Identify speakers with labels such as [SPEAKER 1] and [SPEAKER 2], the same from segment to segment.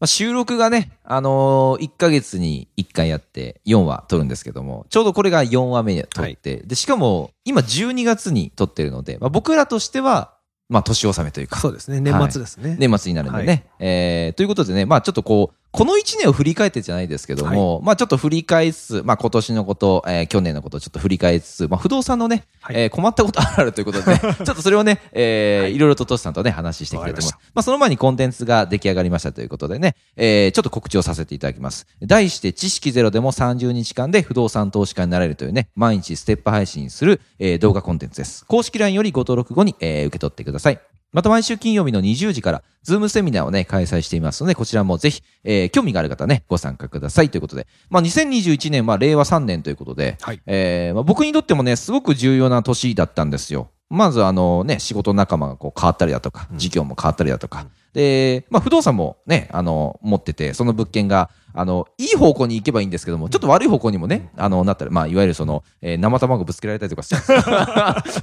[SPEAKER 1] まあ、収録がね、あのー、1ヶ月に1回やって4話撮るんですけども、ちょうどこれが4話目撮って、で、しかも今12月に撮ってるので、まあ、僕らとしては、まあ、年納めというか、
[SPEAKER 2] そうですね、年末ですね。
[SPEAKER 1] 年末になるんでね。えーということでね、まあちょっとこう、この1年を振り返ってじゃないですけども、まあちょっと振り返りつつ、まあ今年のこと、えー去年のことをちょっと振り返りつつ、まあ不動産のね、
[SPEAKER 2] はい
[SPEAKER 1] えー困ったことあるあるということ で、ね、ちょっとそれをね、えーい、ろいろとトシさんとね、話していきたいと思います。まあその前にコンテンツが出来上がりましたということでね、えーちょっと告知をさせていただきます。題して知識ゼロでも30日間で不動産投資家になれるというね、毎日ステップ配信する、えー動画コンテンツです。公式 LINE よりご登録後に、えー受け取ってください。また毎週金曜日の20時から、ズームセミナーをね、開催していますので、こちらもぜひ、えー興味がある方ね、ご参加くださいということで、まあ、2021年は令和3年ということで、
[SPEAKER 2] はい
[SPEAKER 1] えーまあ、僕にとってもね、すごく重要な年だったんですよ。まずあのね、仕事仲間がこう変わったりだとか、事業も変わったりだとか、で、まあ、不動産もね、あの、持ってて、その物件が、あの、いい方向に行けばいいんですけども、ちょっと悪い方向にもね、あの、なったら、まあ、いわゆるその、えー生卵ぶつけられたりとかして、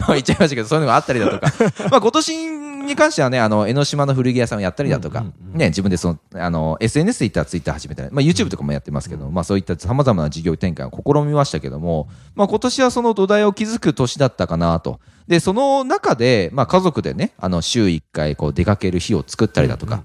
[SPEAKER 1] 言っちゃい ましたけど、そういうのがあったりだとか、 まあ、今年に関してはね、あの、江ノ島の古着屋さんをやったりだとか、ね、自分でその、あの、SNS で言ったらツイッター始めたり、まあ、YouTube とかもやってますけど、まあ、そういった様々な事業展開を試みましたけども、まあ、今年はその土台を築く年だったかなと。で、その中で、まあ、家族でね、あの、週1回、こう、出かける日を作ったりだとか、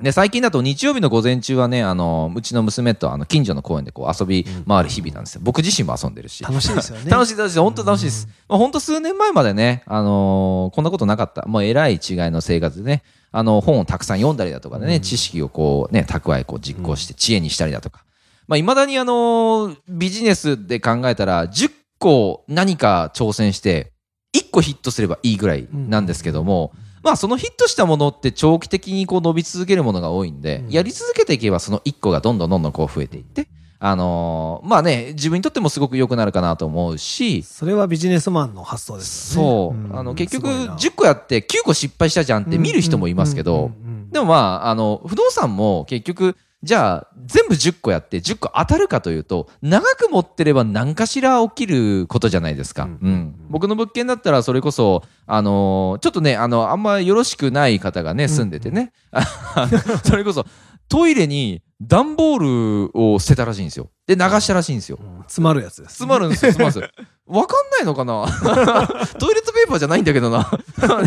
[SPEAKER 1] で、最近だと日曜日の午前中はね、あの、うちの娘とあの、近所の公園でこう遊び回る日々なんですよ。僕自身も遊んでるし。
[SPEAKER 2] 楽しいですよね。
[SPEAKER 1] 楽しい楽しい、本当楽しいです。まあ、本当数年前までね、あのーこんなことなかった。もうえらい違いの生活でね、あの、本をたくさん読んだりだとかでね、知識をこうね、蓄え、こう実行して知恵にしたりだとか。まあ、未だにあのービジネスで考えたら、10個何か挑戦して、1個ヒットすればいいぐらいなんですけども、まあそのヒットしたものって長期的にこう伸び続けるものが多いんで、やり続けていけばその1個がどんどんどんどんこう増えていって、あのーまあね、自分にとってもすごく良くなるかなと思うし、
[SPEAKER 2] それはビジネスマンの発想ですよね。
[SPEAKER 1] そう、
[SPEAKER 2] ん
[SPEAKER 1] あの結局
[SPEAKER 2] すごいな
[SPEAKER 1] 10個やって9個失敗したじゃんって見る人もいますけど、
[SPEAKER 2] うんうんうんうん
[SPEAKER 1] でもまあ、あの、不動産も結局、じゃあ全部10個やって10個当たるかというと、長く持ってれば何かしら起きることじゃないですか。うん。僕の物件だったらそれこそ、あのーちょっとね、あの、あんまよろしくない方がね、住んでてね。 あのそれこそ、トイレに段ボールを捨てたらしいんですよ。で、流したらしいんですよ。
[SPEAKER 2] 詰まるやつです。
[SPEAKER 1] 詰まるんですよ、詰まるんですよ。わかんないのかな トイレットペーパーじゃないんだけどな。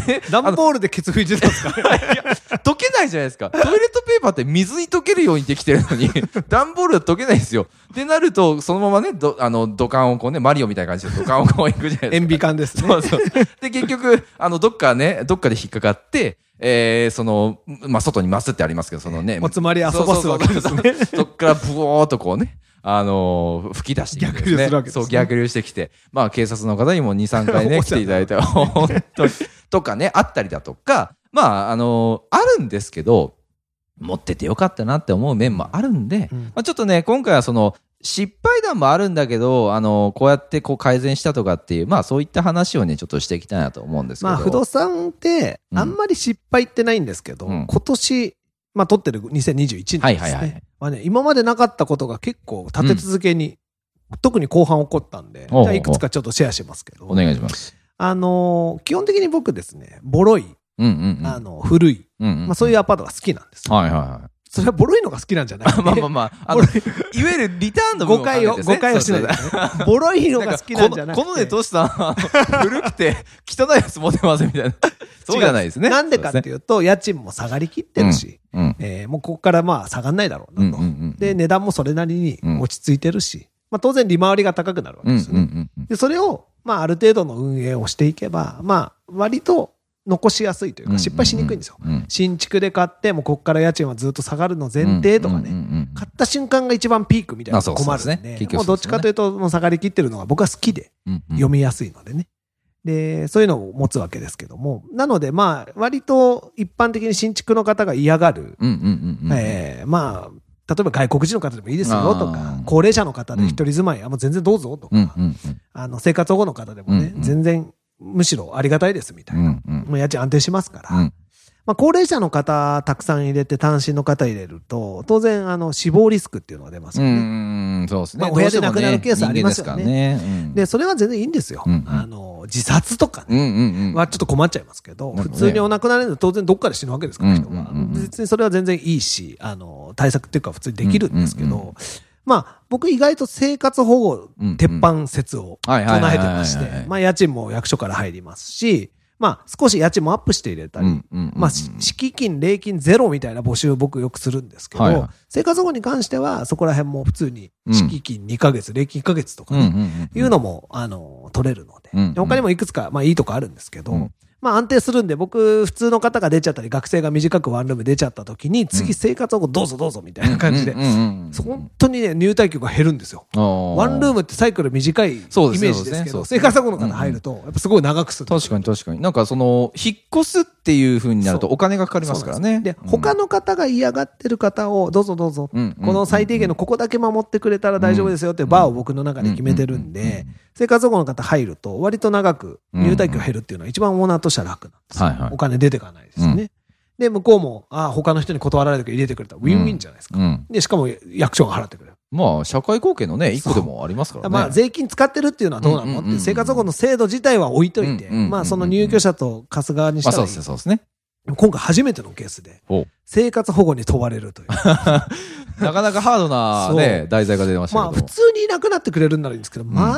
[SPEAKER 1] ね
[SPEAKER 2] 段ボールでケツ拭いてたんですか
[SPEAKER 1] 溶けないじゃないですか。トイレットペーパーって水に溶けるようにできてるのに、 段ボールは溶けないんですよ。ってなると、そのままね、どあの、土管をこうね、マリオみたいな感じで土管をこう行くじゃないですか。
[SPEAKER 2] 塩ビ管ですね。
[SPEAKER 1] そうそう。で、結局、あの、どっかね、どっかで引っかかって、えー、その、まあ、外にマスってありますけど、そのね。
[SPEAKER 2] おつまり遊ばすわけです
[SPEAKER 1] そ
[SPEAKER 2] ね
[SPEAKER 1] うそうそうそうそっからブオーっとこうね。あのー吹き出してきて、
[SPEAKER 2] 逆流するわけですね
[SPEAKER 1] そう、逆流してきて。まあ、警察の方にも2、3回
[SPEAKER 2] お
[SPEAKER 1] ね、
[SPEAKER 2] も
[SPEAKER 1] 来
[SPEAKER 2] ちゃ
[SPEAKER 1] ていただいて、本当に。 とかね、あったりだとか、まあ、あのーあるんですけど、持っててよかったなって思う面もあるんで、
[SPEAKER 2] うん
[SPEAKER 1] まあ、ちょっとね、今回はその、失敗談もあるんだけど、あの、こうやってこう改善したとかっていう、まあそういった話をね、ちょっとしていきたいなと思うんですけど。
[SPEAKER 2] まあ、不動産って、
[SPEAKER 1] うん
[SPEAKER 2] あんまり失敗ってないんですけど、
[SPEAKER 1] うん
[SPEAKER 2] 今年、まあ、撮ってる2021年ですね。
[SPEAKER 1] はいはいはい
[SPEAKER 2] まあね、今までなかったことが結構立て続けに、特に後半起こったんで、
[SPEAKER 1] おうおう
[SPEAKER 2] じゃあいくつかちょっとシェアしますけど、
[SPEAKER 1] お願いします。
[SPEAKER 2] あのー基本的に僕ですね、ボロい、
[SPEAKER 1] うんうんうん。
[SPEAKER 2] あの、古い、
[SPEAKER 1] うんうん
[SPEAKER 2] まあ、そういうアパートが好きなんです。
[SPEAKER 1] はいはいはい。
[SPEAKER 2] それは ボロいのが好きなんじゃない
[SPEAKER 1] まあまあまあ、あの、いわゆるリターンの部
[SPEAKER 2] 誤
[SPEAKER 1] 分考え
[SPEAKER 2] 解
[SPEAKER 1] て
[SPEAKER 2] を、
[SPEAKER 1] ですね
[SPEAKER 2] 誤解をしない
[SPEAKER 1] そ
[SPEAKER 2] で
[SPEAKER 1] うそうそう
[SPEAKER 2] ね。 ボロいの
[SPEAKER 1] なん
[SPEAKER 2] が
[SPEAKER 1] か
[SPEAKER 2] 好きなんじゃない
[SPEAKER 1] このこのね、トシさんあの、古くて汚いやつ持てませんみ たいな。そうじゃないですね。
[SPEAKER 2] なんでかっていうと、家賃も下がりきってるし、
[SPEAKER 1] そうですね。うん。
[SPEAKER 2] えーもうここからまあ下がんないだろう
[SPEAKER 1] うん
[SPEAKER 2] な
[SPEAKER 1] うん
[SPEAKER 2] と。
[SPEAKER 1] うんうん。
[SPEAKER 2] で、値段もそれなりに落ち着いてるし、まあ当然利回りが高くなるわけ
[SPEAKER 1] うんう
[SPEAKER 2] で
[SPEAKER 1] ん
[SPEAKER 2] すよ
[SPEAKER 1] う
[SPEAKER 2] ね。
[SPEAKER 1] んうん。
[SPEAKER 2] で、それを、まあある程度の運営をしていけば、まあ割と残しやすいというか、失敗しにくいんですよ。
[SPEAKER 1] ううん。
[SPEAKER 2] 新築で買って、もうここから家賃はずっと下がるの前提とか
[SPEAKER 1] うんうん
[SPEAKER 2] ね。
[SPEAKER 1] うんうん
[SPEAKER 2] 買った瞬間が一番ピークみたいなのが困るん
[SPEAKER 1] あそうそうですね
[SPEAKER 2] で、
[SPEAKER 1] 結
[SPEAKER 2] も
[SPEAKER 1] 局
[SPEAKER 2] う
[SPEAKER 1] そ
[SPEAKER 2] ど
[SPEAKER 1] う
[SPEAKER 2] っ
[SPEAKER 1] です
[SPEAKER 2] ち
[SPEAKER 1] よね
[SPEAKER 2] かというと、もう下がりきってるのが僕は好きで、
[SPEAKER 1] うんうん
[SPEAKER 2] 読みやすいのでね。で、そういうのを持つわけですけども。なので、まあ、割と一般的に新築の方が嫌がる、
[SPEAKER 1] うんうんうんうん。
[SPEAKER 2] えーまあ、例えば外国人の方でもいいですよと
[SPEAKER 1] あ
[SPEAKER 2] か
[SPEAKER 1] ー、
[SPEAKER 2] 高齢者の方で一人住まい、あもう全然どうぞとか、
[SPEAKER 1] うんうんうん
[SPEAKER 2] あの生活保護の方でも
[SPEAKER 1] う
[SPEAKER 2] ね、
[SPEAKER 1] んうん
[SPEAKER 2] 全然むしろありがたいですみたいな。
[SPEAKER 1] うんうん
[SPEAKER 2] もう家賃安定しますから。
[SPEAKER 1] うん
[SPEAKER 2] まあ、高齢者の方たくさん入れて単身の方入れると、当然あの死亡リスクっていうのが出ます
[SPEAKER 1] う
[SPEAKER 2] よね。
[SPEAKER 1] んそうですね。
[SPEAKER 2] まあお部屋で亡くなるケースありますよね
[SPEAKER 1] どうしてもね人間で
[SPEAKER 2] で、それは全然いいんですよ。
[SPEAKER 1] うんうん
[SPEAKER 2] あの、自殺とか
[SPEAKER 1] すからね。うん
[SPEAKER 2] ね、
[SPEAKER 1] うんうんうん。
[SPEAKER 2] はちょっと困っちゃいますけど、
[SPEAKER 1] なるほ
[SPEAKER 2] 普
[SPEAKER 1] どね
[SPEAKER 2] 通にお亡くなりになると当然どっかで死ぬわけですから、人は
[SPEAKER 1] うんうんうんうん
[SPEAKER 2] 別にそれは全然いいし、あの、対策っていうか普通にできるんですけど、
[SPEAKER 1] うんうん
[SPEAKER 2] まあ、僕意外と生活保護鉄板説を
[SPEAKER 1] うんう
[SPEAKER 2] 唱
[SPEAKER 1] んはいはいはいはい
[SPEAKER 2] えてまし
[SPEAKER 1] はいはいは
[SPEAKER 2] て
[SPEAKER 1] い、
[SPEAKER 2] まあ、家賃も役所から入りますし、まあ、少し家賃もアップして入れたり、
[SPEAKER 1] うんうんうんうん
[SPEAKER 2] まあ、し敷金、礼金ゼロみたいな募集を僕よくするんですけど、
[SPEAKER 1] はいはい
[SPEAKER 2] 生活保護に関しては、そこら辺も普通に敷金2ヶ月、礼金1ヶ月とか
[SPEAKER 1] う
[SPEAKER 2] ね、
[SPEAKER 1] んうんうん
[SPEAKER 2] いうのも、あの、取れるので。
[SPEAKER 1] うん
[SPEAKER 2] で他にもいくつか、まあいいとこあるんですけど、
[SPEAKER 1] うん
[SPEAKER 2] まあ安定するんで、僕、普通の方が出ちゃったり、学生が短くワンルーム出ちゃった時に、次生活保護どうぞどうぞみたい な感じで、
[SPEAKER 1] うんうんうん
[SPEAKER 2] そう本当にね、入退給が減るんですよ。ワ
[SPEAKER 1] ワ
[SPEAKER 2] ンルームってサイクル短いイメ
[SPEAKER 1] そう
[SPEAKER 2] ー
[SPEAKER 1] で
[SPEAKER 2] ジ
[SPEAKER 1] すね
[SPEAKER 2] ですけど、
[SPEAKER 1] そうですね
[SPEAKER 2] 生活保護の方入ると、やっぱすごい長くする。
[SPEAKER 1] 確かに確かに。なんかその、引っ越すっていう風になるとお金がかかりますからね。
[SPEAKER 2] で、
[SPEAKER 1] うん
[SPEAKER 2] 他の方が嫌がってる方を、どうぞどうぞ、
[SPEAKER 1] うん
[SPEAKER 2] この最低限のここだけ守ってくれたら大丈夫ですよっていうバーを僕の中で決めてるんで、生活保護の方入ると、割と長く入退去減るっていうのは一番オーナーとしては楽なんですよ
[SPEAKER 1] はいはい
[SPEAKER 2] お金出てかないですね。で、向こうも、ああ、他の人に断られるけど入れてくれたらウィンウィンじゃないですか。
[SPEAKER 1] うん
[SPEAKER 2] で、しかも役所が払ってくれる。
[SPEAKER 1] まあ、社会貢献のね、一個でもありますからね。
[SPEAKER 2] まあ、税金使ってるっていうのはどうなの
[SPEAKER 1] うんうんう
[SPEAKER 2] っ
[SPEAKER 1] んう
[SPEAKER 2] て
[SPEAKER 1] ん
[SPEAKER 2] 生活保護の制度自体は置いといて、
[SPEAKER 1] うんうんうんうん
[SPEAKER 2] まあ、その入居者と貸す側にし
[SPEAKER 1] まあ、
[SPEAKER 2] た
[SPEAKER 1] そう
[SPEAKER 2] らい
[SPEAKER 1] です
[SPEAKER 2] い
[SPEAKER 1] ね、そうですね。
[SPEAKER 2] 今回初めてのケースで
[SPEAKER 1] お
[SPEAKER 2] 生活保護に問われるという。
[SPEAKER 1] なかなかハードな、
[SPEAKER 2] そ
[SPEAKER 1] ね
[SPEAKER 2] う、
[SPEAKER 1] 題材が出ました
[SPEAKER 2] まあ
[SPEAKER 1] け
[SPEAKER 2] 普
[SPEAKER 1] ど。
[SPEAKER 2] 通にいなくなってくれるんならいいんですけど、ま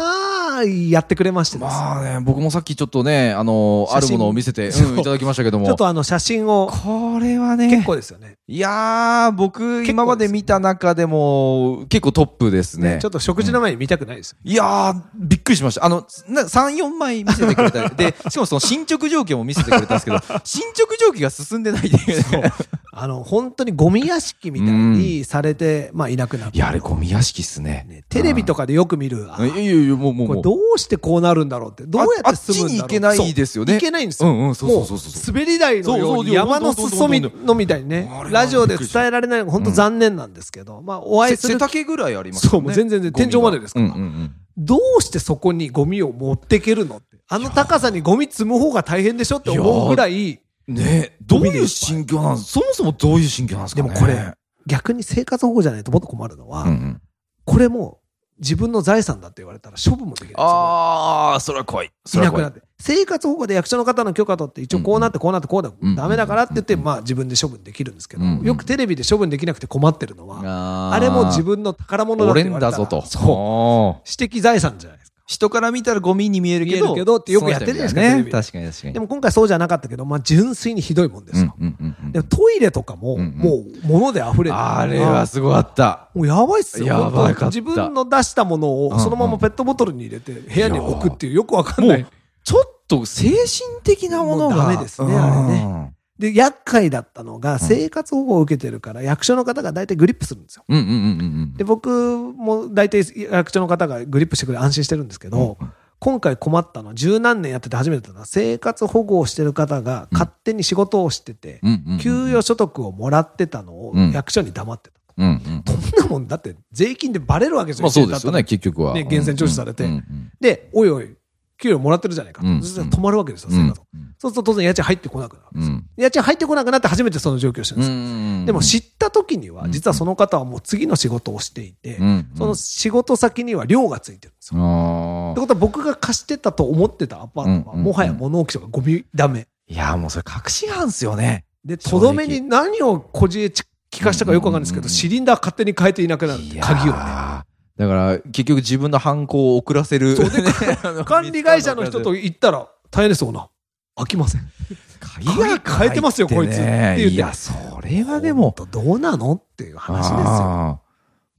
[SPEAKER 2] あやってくれましてですね、
[SPEAKER 1] まあね、僕もさっきちょっとね、あの、あ
[SPEAKER 2] 写真
[SPEAKER 1] るものを見せて、
[SPEAKER 2] そう
[SPEAKER 1] うんいただきましたけども。
[SPEAKER 2] ちょっとあの写真を
[SPEAKER 1] これはね、
[SPEAKER 2] 結構ですよね
[SPEAKER 1] いやー、僕、
[SPEAKER 2] です
[SPEAKER 1] 今まで見た中でも、結構トップですね。
[SPEAKER 2] ちょっと食事の前に見たくないです、
[SPEAKER 1] いやー、びっくりしました。あの、な3、4枚見せてくれ た。で、しかもその進捗状況も見せてくれたんですけ ど、進捗状況が進んでないっていうね
[SPEAKER 2] あの本当にゴミ屋敷みたいにされて、まあいなくなっ
[SPEAKER 1] い
[SPEAKER 2] て、
[SPEAKER 1] や、あれゴミ屋敷っすね。
[SPEAKER 2] ね、テレビとかでよく見るあ
[SPEAKER 1] うん。いやいやいや、もうもうも
[SPEAKER 2] これ
[SPEAKER 1] う。
[SPEAKER 2] どうしてこうなるんだろうってどうやって住むんだろ
[SPEAKER 1] あっちに
[SPEAKER 2] う
[SPEAKER 1] 行けないですよね
[SPEAKER 2] そう行けないんですよ、
[SPEAKER 1] うんうんそうそうそうそう
[SPEAKER 2] もう滑り台のよう
[SPEAKER 1] そうそ
[SPEAKER 2] に
[SPEAKER 1] う
[SPEAKER 2] 山の裾み
[SPEAKER 1] どんどんどんどん
[SPEAKER 2] のみたいにね
[SPEAKER 1] あれは
[SPEAKER 2] ラジオで伝えられないのが本当残念なんですけど、まあお会
[SPEAKER 1] せ
[SPEAKER 2] いする
[SPEAKER 1] 背
[SPEAKER 2] 機会
[SPEAKER 1] 丈ぐらいあります
[SPEAKER 2] そ
[SPEAKER 1] よ
[SPEAKER 2] う
[SPEAKER 1] ね。
[SPEAKER 2] もう全然全
[SPEAKER 1] ゴミ
[SPEAKER 2] 然
[SPEAKER 1] が
[SPEAKER 2] 天井までですから
[SPEAKER 1] うんうんうん
[SPEAKER 2] どうしてそこにゴミを持ってけるのって。あの高さにゴミ積む方が大変でしょって思うぐらい、
[SPEAKER 1] ねえ、どういう心境なんそもそもどういう心境なんですか
[SPEAKER 2] で
[SPEAKER 1] ね
[SPEAKER 2] もこれ、逆に生活保護じゃないともっと困るのは、
[SPEAKER 1] うんうん
[SPEAKER 2] これも自分の財産だって言われたら処分もできないんですよ。
[SPEAKER 1] あー、それは怖い。
[SPEAKER 2] い
[SPEAKER 1] それ
[SPEAKER 2] な
[SPEAKER 1] は
[SPEAKER 2] く
[SPEAKER 1] 怖
[SPEAKER 2] なって。生活保護で役所の方の許可取って、一応こうなってこうなってこうだ、
[SPEAKER 1] んうん
[SPEAKER 2] ダメだからって言って、まあ自分で処分できるんですけど、
[SPEAKER 1] うんうん
[SPEAKER 2] よくテレビで処分できなくて困ってるのは、
[SPEAKER 1] あー
[SPEAKER 2] あれも自分の宝物だって
[SPEAKER 1] 俺
[SPEAKER 2] 言わ
[SPEAKER 1] ん
[SPEAKER 2] れた
[SPEAKER 1] だ
[SPEAKER 2] ら
[SPEAKER 1] ぞと。
[SPEAKER 2] そう。
[SPEAKER 1] そ
[SPEAKER 2] 私的財産じゃないですか。
[SPEAKER 1] 人から見たらゴミに見えるけ
[SPEAKER 2] 見える
[SPEAKER 1] ど。
[SPEAKER 2] けどってよくやってるじゃないですかテレビ
[SPEAKER 1] ね。確かに確かに。
[SPEAKER 2] でも今回そうじゃなかったけど、まあ純粋にひどいもんですよ。
[SPEAKER 1] うんうんうんうん
[SPEAKER 2] でもトイレとかも、
[SPEAKER 1] うんうん
[SPEAKER 2] もう物で溢れてる
[SPEAKER 1] あれはすごかった。
[SPEAKER 2] もうやばいっすよ。
[SPEAKER 1] やばかった
[SPEAKER 2] 本当自分の出したもの
[SPEAKER 1] うん
[SPEAKER 2] を
[SPEAKER 1] うん
[SPEAKER 2] そのままペットボトルに入れて部屋に置くっていうよくわかん
[SPEAKER 1] も
[SPEAKER 2] ない。
[SPEAKER 1] う、ちょっと精神的なものが。
[SPEAKER 2] もうダメですねあれね
[SPEAKER 1] ね。
[SPEAKER 2] で、厄介だったのが生活保護を受けてるから役所の方が大体グリップするんですよ。
[SPEAKER 1] うんうんうんうん
[SPEAKER 2] で、僕も大体役所の方がグリップしてくれて安心してるんですけど、今回困ったのは十何年やってて初めてだな生活保護をしてる方が勝手に仕事をしてて
[SPEAKER 1] うんうんうん、
[SPEAKER 2] 給与所得をもらってたのを
[SPEAKER 1] うん
[SPEAKER 2] 役所に黙ってた。
[SPEAKER 1] うん。うんうん。
[SPEAKER 2] こんなもんだって税金でバレるわけじゃ
[SPEAKER 1] ま
[SPEAKER 2] な
[SPEAKER 1] あ
[SPEAKER 2] い
[SPEAKER 1] そうですよね、結局は。
[SPEAKER 2] ね源泉徴収されて
[SPEAKER 1] うんうん
[SPEAKER 2] で、おいおい、給料もらってるじゃないかと。
[SPEAKER 1] うん
[SPEAKER 2] そしたら止まるわけですよ、
[SPEAKER 1] うん
[SPEAKER 2] 生活保護そうすると当然家賃入ってこなくなるわけ
[SPEAKER 1] う
[SPEAKER 2] ですよ。
[SPEAKER 1] ん。
[SPEAKER 2] 家賃入ってこなくなって初めてその状況を知
[SPEAKER 1] う
[SPEAKER 2] るんですよ。
[SPEAKER 1] ん。
[SPEAKER 2] でも知った時には、
[SPEAKER 1] うん
[SPEAKER 2] 実はその方はもう次の仕事をしていて
[SPEAKER 1] う、ん、
[SPEAKER 2] その仕事先には寮がついてるんですよ。
[SPEAKER 1] あ
[SPEAKER 2] っ
[SPEAKER 1] ー
[SPEAKER 2] てことは僕が貸してたと思ってたアパートは、
[SPEAKER 1] うん
[SPEAKER 2] もはや物置とかゴミダメ。
[SPEAKER 1] いや、もうそれ確信犯っすよね。
[SPEAKER 2] で、
[SPEAKER 1] 正
[SPEAKER 2] と
[SPEAKER 1] 直
[SPEAKER 2] どめに何をこじえ聞かしたかよくわかんないですけ
[SPEAKER 1] うんうん
[SPEAKER 2] ど、
[SPEAKER 1] うん
[SPEAKER 2] シリンダー勝手に変えていなくなるん
[SPEAKER 1] い
[SPEAKER 2] で、
[SPEAKER 1] やー
[SPEAKER 2] 鍵をね。
[SPEAKER 1] だから、結局自分の犯行を遅らせる。
[SPEAKER 2] そうで
[SPEAKER 1] あの
[SPEAKER 2] 管理会社の人と言ったら、大変ですよな。飽きません。
[SPEAKER 1] 鍵
[SPEAKER 2] が変えてますよこいつって言って
[SPEAKER 1] いや、それはでも、
[SPEAKER 2] 本当どうなのっていう話ですよ。
[SPEAKER 1] あー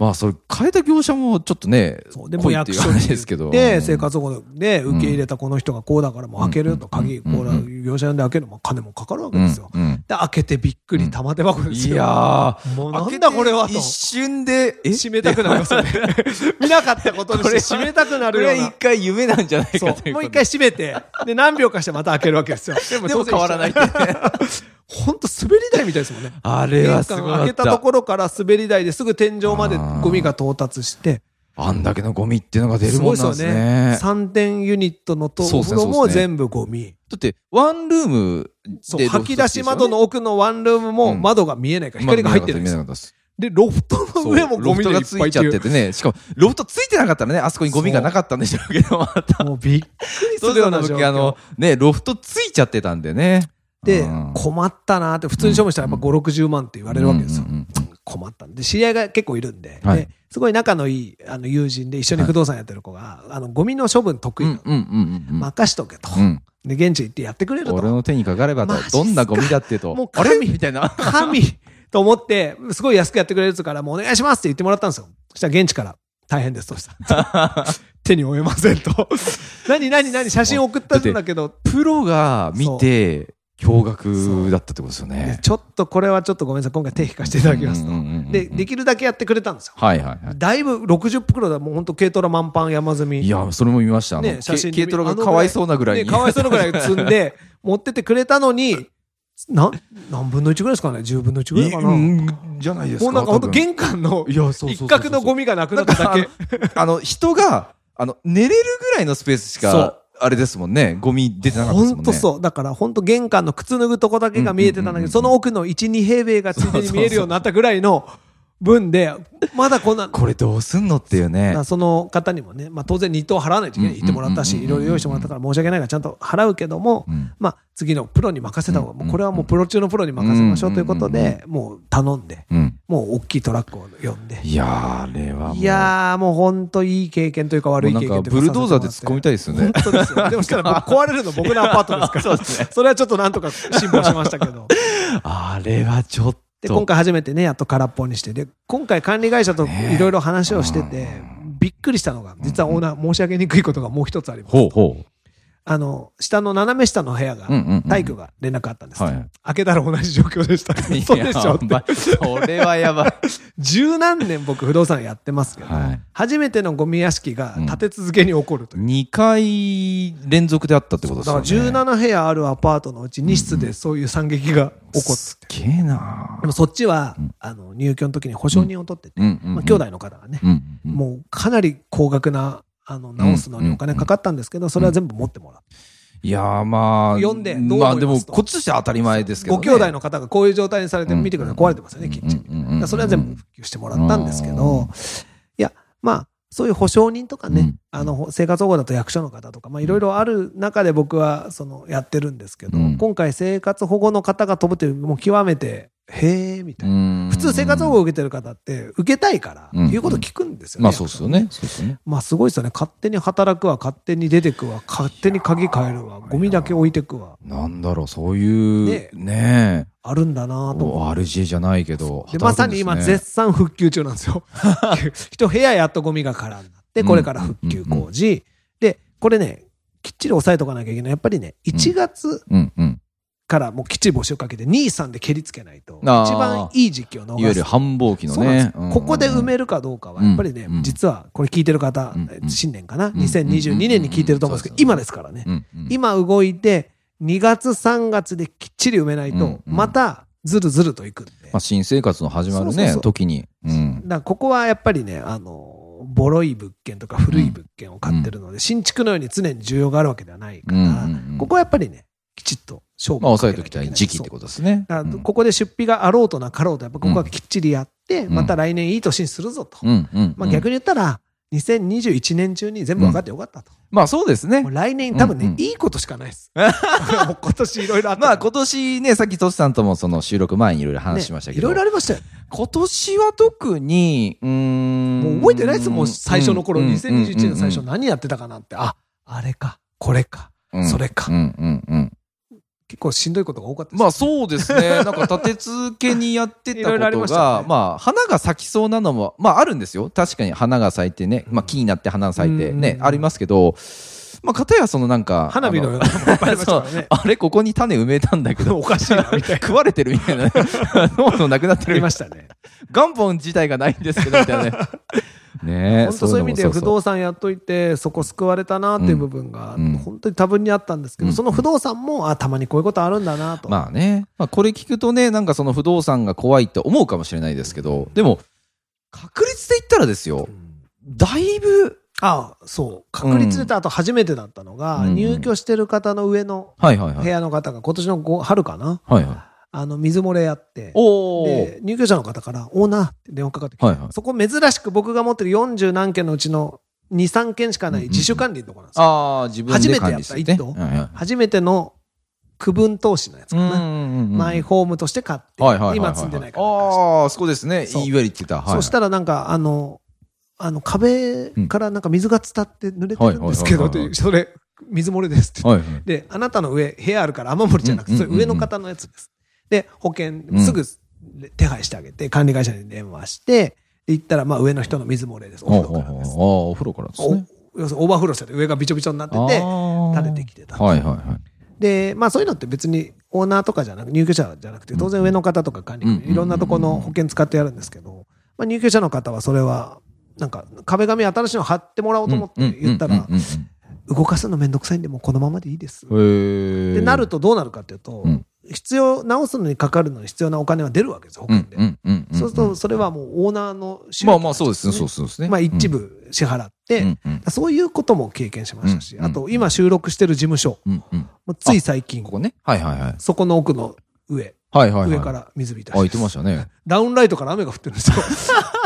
[SPEAKER 1] まあ、それ、変えた業者もちょっとね、
[SPEAKER 2] そうで
[SPEAKER 1] 来
[SPEAKER 2] も
[SPEAKER 1] いって
[SPEAKER 2] 役
[SPEAKER 1] いう
[SPEAKER 2] 所に
[SPEAKER 1] 話ですけど。
[SPEAKER 2] で生活保護で受け入れたこの人がこうだからもう開けると
[SPEAKER 1] うん
[SPEAKER 2] 鍵
[SPEAKER 1] うん
[SPEAKER 2] これは業者呼んで開けるのも金もかかるわけ
[SPEAKER 1] うん
[SPEAKER 2] で
[SPEAKER 1] うん
[SPEAKER 2] すよ。で開けてびっくり玉手箱で
[SPEAKER 1] い
[SPEAKER 2] すよ。
[SPEAKER 1] やー、
[SPEAKER 2] もうな
[SPEAKER 1] 開
[SPEAKER 2] ん
[SPEAKER 1] け
[SPEAKER 2] だ
[SPEAKER 1] た
[SPEAKER 2] これはと
[SPEAKER 1] 一瞬で、え
[SPEAKER 2] 閉めたくなりますよね。 見なかったことに
[SPEAKER 1] こ
[SPEAKER 2] し
[SPEAKER 1] れ
[SPEAKER 2] て
[SPEAKER 1] は
[SPEAKER 2] 閉めたくな
[SPEAKER 1] こ
[SPEAKER 2] る
[SPEAKER 1] れ
[SPEAKER 2] よ
[SPEAKER 1] は
[SPEAKER 2] う
[SPEAKER 1] 一
[SPEAKER 2] な。
[SPEAKER 1] 回夢なんじゃないかと
[SPEAKER 2] そ
[SPEAKER 1] いうう こと
[SPEAKER 2] もう一回閉めてで何秒かしてまた開けるわけですよ。で
[SPEAKER 1] でも変わらない。って。
[SPEAKER 2] 本当滑り台みたいですもんね。
[SPEAKER 1] あれは
[SPEAKER 2] 玄
[SPEAKER 1] すご
[SPEAKER 2] 関
[SPEAKER 1] か
[SPEAKER 2] 開
[SPEAKER 1] っ
[SPEAKER 2] けたと
[SPEAKER 1] た。
[SPEAKER 2] ころから滑り台ですぐ天井までゴミが到達して、
[SPEAKER 1] あんだけのゴミっていうのが出る
[SPEAKER 2] すご
[SPEAKER 1] も
[SPEAKER 2] い
[SPEAKER 1] ん
[SPEAKER 2] で
[SPEAKER 1] なんですす
[SPEAKER 2] よね。
[SPEAKER 1] ね。
[SPEAKER 2] 3点ユニットのと
[SPEAKER 1] そう
[SPEAKER 2] お
[SPEAKER 1] です
[SPEAKER 2] 風
[SPEAKER 1] ね
[SPEAKER 2] 呂
[SPEAKER 1] そう
[SPEAKER 2] も
[SPEAKER 1] ですね
[SPEAKER 2] 全部ゴミ。
[SPEAKER 1] だって、ワンルーム
[SPEAKER 2] そう
[SPEAKER 1] で、
[SPEAKER 2] 吐き出し窓の奥のワンルーム
[SPEAKER 1] う
[SPEAKER 2] も
[SPEAKER 1] ん
[SPEAKER 2] 窓が見えないから光が入ってるん
[SPEAKER 1] 見
[SPEAKER 2] で
[SPEAKER 1] え
[SPEAKER 2] す
[SPEAKER 1] なか
[SPEAKER 2] よ。
[SPEAKER 1] ったです。
[SPEAKER 2] で、ロフトの上も
[SPEAKER 1] そうロ
[SPEAKER 2] ゴ
[SPEAKER 1] フ
[SPEAKER 2] ミ
[SPEAKER 1] ト
[SPEAKER 2] でい
[SPEAKER 1] が
[SPEAKER 2] っ
[SPEAKER 1] つ
[SPEAKER 2] ぱ
[SPEAKER 1] い
[SPEAKER 2] いっ
[SPEAKER 1] ち
[SPEAKER 2] て
[SPEAKER 1] ゃ
[SPEAKER 2] い
[SPEAKER 1] っ
[SPEAKER 2] う
[SPEAKER 1] ててね、しかも、ロフトついてなかったらね、あそこにゴミがなかったんでしょうけど、また。
[SPEAKER 2] もうびっくりす
[SPEAKER 1] そ
[SPEAKER 2] るよう
[SPEAKER 1] う
[SPEAKER 2] な状
[SPEAKER 1] 時あ
[SPEAKER 2] 況
[SPEAKER 1] の。、ね、ロフトついちゃってたんでね。
[SPEAKER 2] で
[SPEAKER 1] うん、
[SPEAKER 2] 困ったなって、普通に処分したらやっぱ5、60万って言われるわけですよ
[SPEAKER 1] うんうんうん。
[SPEAKER 2] 困ったんで、知り合いが結構いるんで、
[SPEAKER 1] はい
[SPEAKER 2] ですごい仲のいいあの友人で一緒に不動産やってる子が、あの、ゴミの処分得
[SPEAKER 1] う
[SPEAKER 2] 意
[SPEAKER 1] ん
[SPEAKER 2] な
[SPEAKER 1] うん
[SPEAKER 2] の。
[SPEAKER 1] うんうんうん。
[SPEAKER 2] 任しとけと。
[SPEAKER 1] うん
[SPEAKER 2] で、現地行ってやってくれる
[SPEAKER 1] 俺
[SPEAKER 2] と。
[SPEAKER 1] の手にかかればと
[SPEAKER 2] マジっ、すか
[SPEAKER 1] どんなゴミだってと。
[SPEAKER 2] もう
[SPEAKER 1] あ
[SPEAKER 2] 神
[SPEAKER 1] れみたいな。
[SPEAKER 2] 神 と思って、すごい安くやってくれるやつから、もうお願いしますって言ってもらったんですよ。そしたら現地から、大変ですとし たら手に負えませんと。 何何何写真送ったんだけど、
[SPEAKER 1] プロが見て、驚愕だったってことですよ
[SPEAKER 2] で
[SPEAKER 1] ね。
[SPEAKER 2] ちょっとこれはちょっとごめんなさい、今回手引かせていただきますと
[SPEAKER 1] うんうんうんうん。
[SPEAKER 2] で、できるだけやってくれたんですよ。
[SPEAKER 1] はいはいはい。
[SPEAKER 2] だいぶ60袋だ、もう本当軽トラ満帆山積み。
[SPEAKER 1] いや、それも見ました。あの、
[SPEAKER 2] ね、
[SPEAKER 1] け
[SPEAKER 2] 写真で
[SPEAKER 1] 軽トラ
[SPEAKER 2] あ
[SPEAKER 1] が
[SPEAKER 2] の
[SPEAKER 1] かわいそうなぐらいに。
[SPEAKER 2] ね、かわいそうなぐらい積ん で、持ってってくれたのに、な、何分の1ぐらいですかね ?10 分の1ぐらいかな。も
[SPEAKER 1] うんじゃないですか。
[SPEAKER 2] うなん
[SPEAKER 1] 多
[SPEAKER 2] か本当
[SPEAKER 1] 分
[SPEAKER 2] 玄関の
[SPEAKER 1] いやそうそうそうそう
[SPEAKER 2] 一角のゴミがなくなっただけ。
[SPEAKER 1] あの、人が、あの、寝れるぐらいのスペースし
[SPEAKER 2] そ
[SPEAKER 1] か
[SPEAKER 2] う、
[SPEAKER 1] あれですもんね。ゴミ出てなかったですも
[SPEAKER 2] 本
[SPEAKER 1] ん
[SPEAKER 2] 当
[SPEAKER 1] ね。
[SPEAKER 2] そう。だから本当玄関の靴脱ぐとこだけが見えてたん
[SPEAKER 1] うんうん
[SPEAKER 2] だ
[SPEAKER 1] うんう
[SPEAKER 2] け
[SPEAKER 1] ん
[SPEAKER 2] ど、その奥の1、2平米がついでに見えるようになったぐらいの分で、まだこんな、
[SPEAKER 1] これどうすんのっていう
[SPEAKER 2] だ
[SPEAKER 1] ね
[SPEAKER 2] から。その方にもね、まあ、当然2等払わないといけない、言ってもらった
[SPEAKER 1] うん
[SPEAKER 2] し、
[SPEAKER 1] うんう
[SPEAKER 2] い
[SPEAKER 1] んうん
[SPEAKER 2] ろ
[SPEAKER 1] うん
[SPEAKER 2] いろ用意してもらったから申し訳ないから、ちゃんと払うけども、
[SPEAKER 1] うん
[SPEAKER 2] まあ、次のプロに任せた方が、もうこれはもうプロ中のプロに任せましょうということで、もう頼んで、
[SPEAKER 1] うん。
[SPEAKER 2] もう大きいトラックを呼んで。
[SPEAKER 1] いやー、あれはもう。
[SPEAKER 2] いやー、もう本当いい経験というか悪い
[SPEAKER 1] も
[SPEAKER 2] 経
[SPEAKER 1] うな
[SPEAKER 2] 験
[SPEAKER 1] ん
[SPEAKER 2] と
[SPEAKER 1] か
[SPEAKER 2] いうか
[SPEAKER 1] ブルドーザーで突っ込みたいですよね。
[SPEAKER 2] 本当ですよ。でもしたら僕壊れるの僕のアパートです から。それはちょっとなんとか辛抱しましたけど。
[SPEAKER 1] あれはちょっと。
[SPEAKER 2] で、今回初めてね、やっと空っぽにして。で、今回管理会社と
[SPEAKER 1] ねえ
[SPEAKER 2] いろいろ話をしてて、びっくりしたのが、実はオーナー申し上げにくいことがもう一つあります。
[SPEAKER 1] ほうほ
[SPEAKER 2] あの、下の斜め下の部屋が
[SPEAKER 1] うんうんうん、
[SPEAKER 2] 体育が連絡あったんですよ、
[SPEAKER 1] はい
[SPEAKER 2] 開けたら同じ状況でした。
[SPEAKER 1] う。
[SPEAKER 2] そうでしょっ
[SPEAKER 1] い
[SPEAKER 2] て
[SPEAKER 1] や。まそれはやばい。
[SPEAKER 2] 十何年僕不動産やってますけど、
[SPEAKER 1] はい
[SPEAKER 2] 初めてのゴミ屋敷が立て続けに起こるという。
[SPEAKER 1] 2回連続であったってこと
[SPEAKER 2] だ
[SPEAKER 1] です
[SPEAKER 2] か
[SPEAKER 1] よ
[SPEAKER 2] ら
[SPEAKER 1] ね。
[SPEAKER 2] 17部屋あるアパートのうち2室でそういう惨劇が起こっ
[SPEAKER 1] すっげえな
[SPEAKER 2] でもそっちは、あの入居の時に保証人を取って
[SPEAKER 1] う
[SPEAKER 2] て、
[SPEAKER 1] んうんうんうん
[SPEAKER 2] まあ、兄弟の方がね、
[SPEAKER 1] うんうん。
[SPEAKER 2] もうかなり高額なあの直すのにお金かかったんですけど、それは全部持ってもらって、
[SPEAKER 1] いやーまあ。
[SPEAKER 2] 読んでどう思い
[SPEAKER 1] ま
[SPEAKER 2] ま
[SPEAKER 1] あ
[SPEAKER 2] す
[SPEAKER 1] で
[SPEAKER 2] と
[SPEAKER 1] も、こっちとしては当たり前ですけどね。
[SPEAKER 2] ご兄弟の方がこういう状態にされて、
[SPEAKER 1] うん
[SPEAKER 2] 見てください、壊れてますよね、キッチン
[SPEAKER 1] うんうんうんうん
[SPEAKER 2] に。だからそれは全部復旧してもらったんですけ
[SPEAKER 1] う
[SPEAKER 2] ど、いや、まあ、そういう保証人とかね、
[SPEAKER 1] うん
[SPEAKER 2] あの生活保護だと役所の方とか、まあ、いろいろある中で僕はそのやってるんですけど、
[SPEAKER 1] うん
[SPEAKER 2] 今回、生活保護の方が飛ぶっていう、もう極めて、へえみたいな。
[SPEAKER 1] 普
[SPEAKER 2] 普通生活保護を受けてる方って、受けたいから、
[SPEAKER 1] うん
[SPEAKER 2] 言うこと聞くんですよね。
[SPEAKER 1] まあそうですよね。そうですよね。
[SPEAKER 2] まあすごいですよね。勝手に働くわ、勝手に出てくわ、勝手に鍵変えるわ、ゴミだけ置いてくわ、
[SPEAKER 1] なんだろう、そういう
[SPEAKER 2] ね、
[SPEAKER 1] ねえ、
[SPEAKER 2] あるんだなと思っ
[SPEAKER 1] RJ じゃないけど
[SPEAKER 2] て。。で、まさに今、
[SPEAKER 1] 働くんですね
[SPEAKER 2] 絶賛復旧中なんです よ。一部屋やっとゴミが空になって、これから復旧工事。で、これね、きっちり押さえとかなきゃいけない。やっぱりね、1月
[SPEAKER 1] うんうん。
[SPEAKER 2] からもうきっちり募集かけて、2、3で蹴りつけないと、一
[SPEAKER 1] あー
[SPEAKER 2] 番いい時期を逃す。
[SPEAKER 1] いわゆる繁忙期の
[SPEAKER 2] そうなんです
[SPEAKER 1] ね
[SPEAKER 2] よ。ここで埋め
[SPEAKER 1] る。
[SPEAKER 2] るかどうかは、やっぱりね、
[SPEAKER 1] うん
[SPEAKER 2] 実はこれ聞いてる方、
[SPEAKER 1] うん
[SPEAKER 2] 新年かな、
[SPEAKER 1] ん
[SPEAKER 2] 2022年に聞いてると思うんですけど、
[SPEAKER 1] うん
[SPEAKER 2] 今ですからね、
[SPEAKER 1] うんうん
[SPEAKER 2] 今動いて、2月、3月できっちり埋めないと、
[SPEAKER 1] うん
[SPEAKER 2] またずるずるといくんで、
[SPEAKER 1] まあ新生活の始まる
[SPEAKER 2] そうそう
[SPEAKER 1] ね
[SPEAKER 2] そ、う
[SPEAKER 1] 時に。うん
[SPEAKER 2] だからここはやっぱりね、あの、ボロい物件とか古い物件を買ってるので、新築のように常に需要があるわけではないから、
[SPEAKER 1] うんうんうん
[SPEAKER 2] ここはやっぱりね、きちっと勝負
[SPEAKER 1] まあ
[SPEAKER 2] を
[SPEAKER 1] 抑え
[SPEAKER 2] か
[SPEAKER 1] と
[SPEAKER 2] け
[SPEAKER 1] き
[SPEAKER 2] な
[SPEAKER 1] た
[SPEAKER 2] ゃ
[SPEAKER 1] い
[SPEAKER 2] な
[SPEAKER 1] 時期ってことですね。
[SPEAKER 2] だから
[SPEAKER 1] うん
[SPEAKER 2] ここで出費があろうとなかろうと、やっぱここはきっちりやって、
[SPEAKER 1] うん
[SPEAKER 2] また来年いい年にするぞと。
[SPEAKER 1] うんうん。
[SPEAKER 2] まあ、逆に言ったら、2021年中に全部分かってよかったと。
[SPEAKER 1] まあそうですね
[SPEAKER 2] もう。来年多分ね、
[SPEAKER 1] うんうん
[SPEAKER 2] いいことしかないです。 もう今年いろいろあった
[SPEAKER 1] ま
[SPEAKER 2] から
[SPEAKER 1] あ今年ね、さっきトシさんともその収録前にいろいろ話しましたけ
[SPEAKER 2] ねいろ
[SPEAKER 1] ど
[SPEAKER 2] いろあ、りましたよ。
[SPEAKER 1] 今年は特に、うーん。
[SPEAKER 2] もう覚えてないですもん、最初の頃、
[SPEAKER 1] うん
[SPEAKER 2] 2021年の最初、何やってたかなって、あ、あれか、これか、それ
[SPEAKER 1] う
[SPEAKER 2] か。
[SPEAKER 1] んうんうん。
[SPEAKER 2] 結構しんどいことが多かったです。
[SPEAKER 1] まあそうです ね。なんか立て続けにやってた
[SPEAKER 2] いろ
[SPEAKER 1] こ
[SPEAKER 2] いろあり
[SPEAKER 1] と
[SPEAKER 2] ました
[SPEAKER 1] が、
[SPEAKER 2] よね
[SPEAKER 1] まあ花が咲きそうなのも、まああるんですよ。確かに花が咲いてね、まあ木になって花が咲いてね
[SPEAKER 2] う、ん
[SPEAKER 1] ありますけど、まあ片やそのなんか、
[SPEAKER 2] 花火のよう
[SPEAKER 1] あ
[SPEAKER 2] なのもいっぱいありま した
[SPEAKER 1] そう
[SPEAKER 2] からね。
[SPEAKER 1] あれここに種埋めたんだけど、
[SPEAKER 2] おかしいな、みたいな。
[SPEAKER 1] 食われてるみたい なね。どんどんなくなって
[SPEAKER 2] あ
[SPEAKER 1] る
[SPEAKER 2] りましたね。
[SPEAKER 1] 元本自体がないんですけど、みたいなね。ねえ
[SPEAKER 2] 本当そういう意味で
[SPEAKER 1] そういうのもそうそう
[SPEAKER 2] 不動産やっといてそこ救われたなっていう部分が
[SPEAKER 1] うん
[SPEAKER 2] 本当に多分にあったんですけど、
[SPEAKER 1] うん
[SPEAKER 2] その不動産もあたまにこういうことあるんだなと、
[SPEAKER 1] まあね、まあ、これ聞くとね、なんかその不動産が怖いって思うかもしれないですけど、でも、確率で言ったらですよ
[SPEAKER 2] う、ん
[SPEAKER 1] だいぶ、
[SPEAKER 2] ああそう確率で言うとあと初めてだったのが、
[SPEAKER 1] うん
[SPEAKER 2] 入居してる方の上の
[SPEAKER 1] はいはいはい。
[SPEAKER 2] 部屋の方が今年のご春かな
[SPEAKER 1] はいはい。
[SPEAKER 2] あの水漏れやって
[SPEAKER 1] おー
[SPEAKER 2] で入居者の方から「オーナー」って電話かかってきて、
[SPEAKER 1] はいはい。
[SPEAKER 2] そこ珍しく僕が持ってる40何件のうちの23件しかない自主管理のとこなんですよ、
[SPEAKER 1] ああ、自分で管理してて。
[SPEAKER 2] 初めてや
[SPEAKER 1] はいはい
[SPEAKER 2] 初めての区分投資のやつか
[SPEAKER 1] うん
[SPEAKER 2] な、
[SPEAKER 1] うんうん
[SPEAKER 2] マイホームとして買って、
[SPEAKER 1] はいはいはいはい
[SPEAKER 2] 今住んでないから貸して
[SPEAKER 1] ああ、そこですね。
[SPEAKER 2] そう
[SPEAKER 1] 言いわれてた。はい。
[SPEAKER 2] そしたらなんか、あの、あの壁からなんか水が伝って濡れてるんですけど
[SPEAKER 1] はい
[SPEAKER 2] っ
[SPEAKER 1] はいはいはい
[SPEAKER 2] ていう、それ、水漏れですって。
[SPEAKER 1] はいはい。
[SPEAKER 2] で、あなたの上、部屋あるから雨漏りじゃなくて、
[SPEAKER 1] うん
[SPEAKER 2] そ
[SPEAKER 1] うん
[SPEAKER 2] れ
[SPEAKER 1] うんうん
[SPEAKER 2] 上の方のやつです。で、保険
[SPEAKER 1] う、ん
[SPEAKER 2] すぐ手配してあげて、管理会社に電話して、で行ったら、まあ上の人の水漏れです。お風呂からで
[SPEAKER 1] あ
[SPEAKER 2] す。
[SPEAKER 1] あ、お風呂からですね。
[SPEAKER 2] お要するにオーバーフローしてて上がびちょびちょになってて、
[SPEAKER 1] 垂
[SPEAKER 2] 垂れてきてた
[SPEAKER 1] はいはいはい。
[SPEAKER 2] で、まあそういうのって別にオーナーとかじゃなく、入居者じゃなくて、当然上の方とか管理
[SPEAKER 1] うんうんうんうん
[SPEAKER 2] いろんなとこの保険使ってやるんですけど、まあ入居者の方はそれは、なんか壁紙新しいの貼ってもらおうと思って言ったら
[SPEAKER 1] うん、うんうん
[SPEAKER 2] 動かすのめんどくさいんで、もうこのままでいいです。っ
[SPEAKER 1] うんへえ。
[SPEAKER 2] てなるとどうなるかっていうと
[SPEAKER 1] うん、
[SPEAKER 2] 必要、直すのにかかるのに必要なお金は出るわけですよ、保険で
[SPEAKER 1] う。んうんんんん
[SPEAKER 2] そうすると、それはもうオーナーの収益
[SPEAKER 1] まあまあそうですね、そうですね。
[SPEAKER 2] まあ一部支払って、
[SPEAKER 1] う
[SPEAKER 2] だか
[SPEAKER 1] んうん
[SPEAKER 2] らそういうことも経験しましたし、
[SPEAKER 1] うんうん
[SPEAKER 2] あと今収録してる事務所、
[SPEAKER 1] うんうん。
[SPEAKER 2] もうつい最近
[SPEAKER 1] こ、こね。はいはいはい。
[SPEAKER 2] そこの奥の上、
[SPEAKER 1] はいはいはい。
[SPEAKER 2] 上から水浸しです。
[SPEAKER 1] あ、言ってました ね。
[SPEAKER 2] ダウンライトから雨が降ってるん ですよ。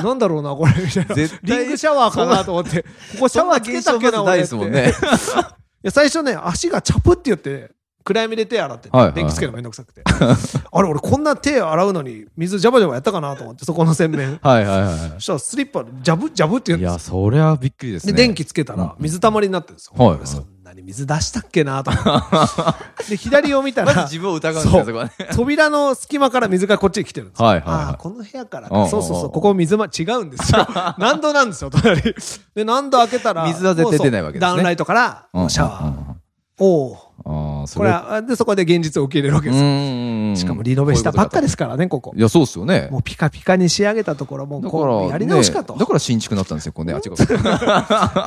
[SPEAKER 2] なんだろうな、これ、みたいな。
[SPEAKER 1] 絶対
[SPEAKER 2] リングシャワーかなと思って。ここシャワーつけたっけな、
[SPEAKER 1] ない
[SPEAKER 2] 俺
[SPEAKER 1] で
[SPEAKER 2] っ
[SPEAKER 1] す
[SPEAKER 2] て
[SPEAKER 1] もん ね。
[SPEAKER 2] いや、最初ね、足がチャプって言って、暗闇で手洗ってて、
[SPEAKER 1] はいはい
[SPEAKER 2] 電気つけるのめんどくさくて。あれ、俺こんな手洗うのに、水ジャバジャバやったかなと思って、そこの洗面。
[SPEAKER 1] はいはいは
[SPEAKER 2] そしたらスリッパでジャブジャブって言
[SPEAKER 1] い。
[SPEAKER 2] う
[SPEAKER 1] い
[SPEAKER 2] んです
[SPEAKER 1] や、
[SPEAKER 2] よ。
[SPEAKER 1] そりゃびっくりです
[SPEAKER 2] で、
[SPEAKER 1] ね。
[SPEAKER 2] 電気つけたら、水たまりになってるんですよ。
[SPEAKER 1] はいはい
[SPEAKER 2] 俺そんなに水出したっけなと 思って。で、左を見た
[SPEAKER 1] まず
[SPEAKER 2] ら、
[SPEAKER 1] 自分を疑うんですよ、そこはね。
[SPEAKER 2] 扉の隙間から水がこっちに来てるんですよ。
[SPEAKER 1] はいはいはい
[SPEAKER 2] ああ、この部屋から
[SPEAKER 1] うんうんう
[SPEAKER 2] か。
[SPEAKER 1] ん
[SPEAKER 2] そうそうそう。ここ水ま、違うんです よ。何度なんですよ、隣。で、何度開けたら。
[SPEAKER 1] 水は絶対出ないわけですね
[SPEAKER 2] もうそうダウンライトから、もうシャワー。
[SPEAKER 1] ー。
[SPEAKER 2] おおう。
[SPEAKER 1] ああ、そ
[SPEAKER 2] これは、で、そこで現実を受け入れるわけです。
[SPEAKER 1] は。
[SPEAKER 2] しかもリノベしたばっかですすからね、ここ
[SPEAKER 1] い。や、そうっすよね。
[SPEAKER 2] もうピカピカに仕上げたところ、もう
[SPEAKER 1] だ
[SPEAKER 2] こ
[SPEAKER 1] か
[SPEAKER 2] う
[SPEAKER 1] ら、
[SPEAKER 2] やり直しかと
[SPEAKER 1] ね。だから新築になったんですよ、これね。あ、違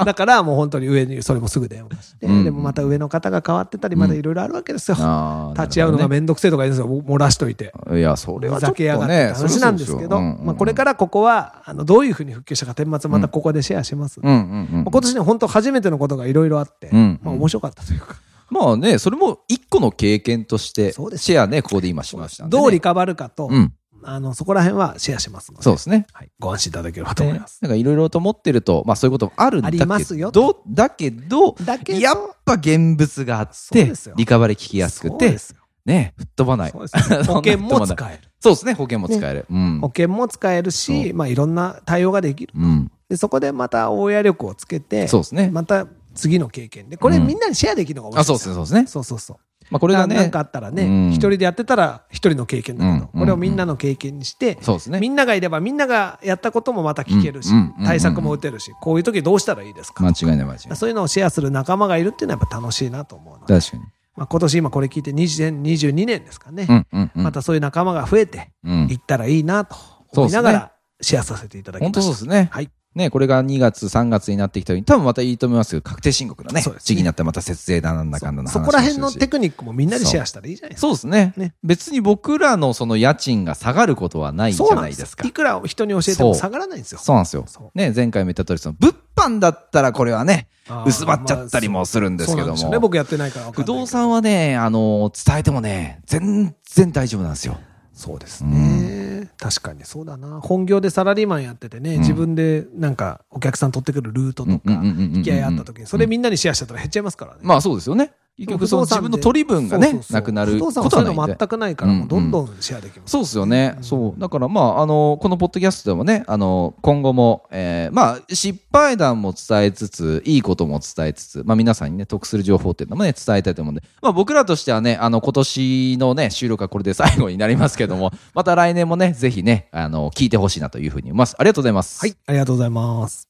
[SPEAKER 1] う。
[SPEAKER 2] だからもう本当に上に、それもすぐ電話して。
[SPEAKER 1] うん
[SPEAKER 2] でもまた上の方が変わってたり、まだいろいろあるわけですよ。
[SPEAKER 1] あー
[SPEAKER 2] 立ち会うの
[SPEAKER 1] な
[SPEAKER 2] が
[SPEAKER 1] る
[SPEAKER 2] めんどくせえとか言うんですよ。漏らしといて。
[SPEAKER 1] ほどねいや、それは
[SPEAKER 2] ふ
[SPEAKER 1] ちょ
[SPEAKER 2] ざ
[SPEAKER 1] っと
[SPEAKER 2] けやがって
[SPEAKER 1] ね、
[SPEAKER 2] 話なんですけど、まあこれからここは、あの、どういうふうに復旧したか、天末またここでシェアします。
[SPEAKER 1] ら、うんうんうん
[SPEAKER 2] まあ今年ね、本当初めてのことがいろいろあって、
[SPEAKER 1] うん
[SPEAKER 2] まあ面白かったというか、
[SPEAKER 1] まあね、それも一個の経験として、シ
[SPEAKER 2] そうです
[SPEAKER 1] ェアね、ここで今しましたんでね。
[SPEAKER 2] どうリカバるかと、
[SPEAKER 1] うん。
[SPEAKER 2] あの、そこら辺はシェアしますので、
[SPEAKER 1] そうですね。
[SPEAKER 2] はい、ご安心いただければと
[SPEAKER 1] ね
[SPEAKER 2] 思
[SPEAKER 1] な
[SPEAKER 2] い
[SPEAKER 1] ん
[SPEAKER 2] ます。
[SPEAKER 1] かいろいろと思ってると、まあそういうこともあるんだけど、
[SPEAKER 2] ありますよ
[SPEAKER 1] だけど、
[SPEAKER 2] だけど
[SPEAKER 1] やっぱ現物があっ
[SPEAKER 2] そう
[SPEAKER 1] て
[SPEAKER 2] ですよ、
[SPEAKER 1] リカバリー聞きやすく
[SPEAKER 2] そう
[SPEAKER 1] て
[SPEAKER 2] で、すよ
[SPEAKER 1] ね、吹っ飛ばない。
[SPEAKER 2] そうですよ 保険も使える。
[SPEAKER 1] そうですね、保険も使える。うん
[SPEAKER 2] 保。険も使えるし、まあいろんな対応ができる。
[SPEAKER 1] うん。
[SPEAKER 2] で、そこでまた応用力をつけて、
[SPEAKER 1] そうですね
[SPEAKER 2] また次の経験で、これ
[SPEAKER 1] うん
[SPEAKER 2] みんなにシェアできるのが面
[SPEAKER 1] あ、
[SPEAKER 2] 白
[SPEAKER 1] そ
[SPEAKER 2] いうで
[SPEAKER 1] ですすね、
[SPEAKER 2] よ、
[SPEAKER 1] そうですね。
[SPEAKER 2] そうそうそう。
[SPEAKER 1] まあこれがね、
[SPEAKER 2] なんかあったら
[SPEAKER 1] う
[SPEAKER 2] ね、
[SPEAKER 1] ん
[SPEAKER 2] 一人でやってたら一人の経験だけど、
[SPEAKER 1] うん
[SPEAKER 2] これをみんなの経験にして、
[SPEAKER 1] そうですね
[SPEAKER 2] みんながいればみんながやったこともまた聞けるし
[SPEAKER 1] うんうんうんうん、
[SPEAKER 2] 対策も打てるし、こういう時どうしたらいいですか
[SPEAKER 1] 間違いない間違いない。
[SPEAKER 2] そういうのをシェアする仲間がいるっていうのはやっぱ楽しいなと思うので、
[SPEAKER 1] 確かに。
[SPEAKER 2] まあ、今年今これ聞いて2022年ですかね、
[SPEAKER 1] うんうんうん。
[SPEAKER 2] またそういう仲間が増えて
[SPEAKER 1] うん
[SPEAKER 2] いったらいいなと思いながらシェアさせていただきま
[SPEAKER 1] 本
[SPEAKER 2] した。
[SPEAKER 1] 当そうですね。
[SPEAKER 2] はい。
[SPEAKER 1] ね、これが2月、3月になってきたように、多分またいいと思いますけど、確定申告だね。
[SPEAKER 2] そうですね
[SPEAKER 1] 時期になったらまた節税だなんだかんだな
[SPEAKER 2] そ
[SPEAKER 1] 話
[SPEAKER 2] そ
[SPEAKER 1] も
[SPEAKER 2] こら辺の
[SPEAKER 1] し
[SPEAKER 2] テ
[SPEAKER 1] るし
[SPEAKER 2] クニックもみんなでシェアしたらいいじゃないですか。
[SPEAKER 1] そうですね
[SPEAKER 2] ね
[SPEAKER 1] 別に僕らのその家賃が下がることはないじ
[SPEAKER 2] そう
[SPEAKER 1] ゃ
[SPEAKER 2] な
[SPEAKER 1] なん
[SPEAKER 2] で
[SPEAKER 1] い
[SPEAKER 2] す
[SPEAKER 1] です
[SPEAKER 2] よ
[SPEAKER 1] か。
[SPEAKER 2] いくら人に教えても下がらないんですよ。
[SPEAKER 1] そうなんですよ
[SPEAKER 2] そう。
[SPEAKER 1] ね、前回も言った通り、その、物販だったらこれはね
[SPEAKER 2] あ、ー
[SPEAKER 1] 薄まっちゃったりもするんですけ
[SPEAKER 2] そうなん
[SPEAKER 1] ど
[SPEAKER 2] よね。
[SPEAKER 1] も。
[SPEAKER 2] 僕やってないから分か
[SPEAKER 1] 不
[SPEAKER 2] んないけど
[SPEAKER 1] 動産はね、あの、伝えてもね、全然大丈夫なんですよ。
[SPEAKER 2] そうですね。確かにそうだな。本業でサラリーマンやっててね、自分でなんかお客さん取ってくるルートと
[SPEAKER 1] うんうん
[SPEAKER 2] か
[SPEAKER 1] うんうんうんうん、
[SPEAKER 2] 引き合いあった時に、それみんなにシェアしちゃったら減っちゃいますからね。
[SPEAKER 1] まあそうですよね。結局その
[SPEAKER 2] 不
[SPEAKER 1] 自
[SPEAKER 2] 動産で
[SPEAKER 1] 分の取り分が
[SPEAKER 2] そう
[SPEAKER 1] ね
[SPEAKER 2] そう、そう
[SPEAKER 1] なくなる
[SPEAKER 2] 不
[SPEAKER 1] こ
[SPEAKER 2] 動
[SPEAKER 1] と
[SPEAKER 2] 産
[SPEAKER 1] は
[SPEAKER 2] はそ
[SPEAKER 1] な
[SPEAKER 2] ういう
[SPEAKER 1] いん
[SPEAKER 2] の
[SPEAKER 1] で。
[SPEAKER 2] 全くないから、もうどんど
[SPEAKER 1] ん。
[SPEAKER 2] んシェアできます。
[SPEAKER 1] そうですよね。そう。だからまあ、あの、このポッドキャストでもね、あの、今後も、えーまあ、失敗談も伝えつつ、いいことも伝えつつ、まあ皆さんにね、得する情報っていうのもね、伝えたいと思うんで、まあ僕らとしてはね、あの、今年のね、収録はこれで最後になりますけど も、また来年もね、ぜひね、あの、聞いてほしいなというふうに思います。ありがとうございます。
[SPEAKER 2] はい、ありがとうございます。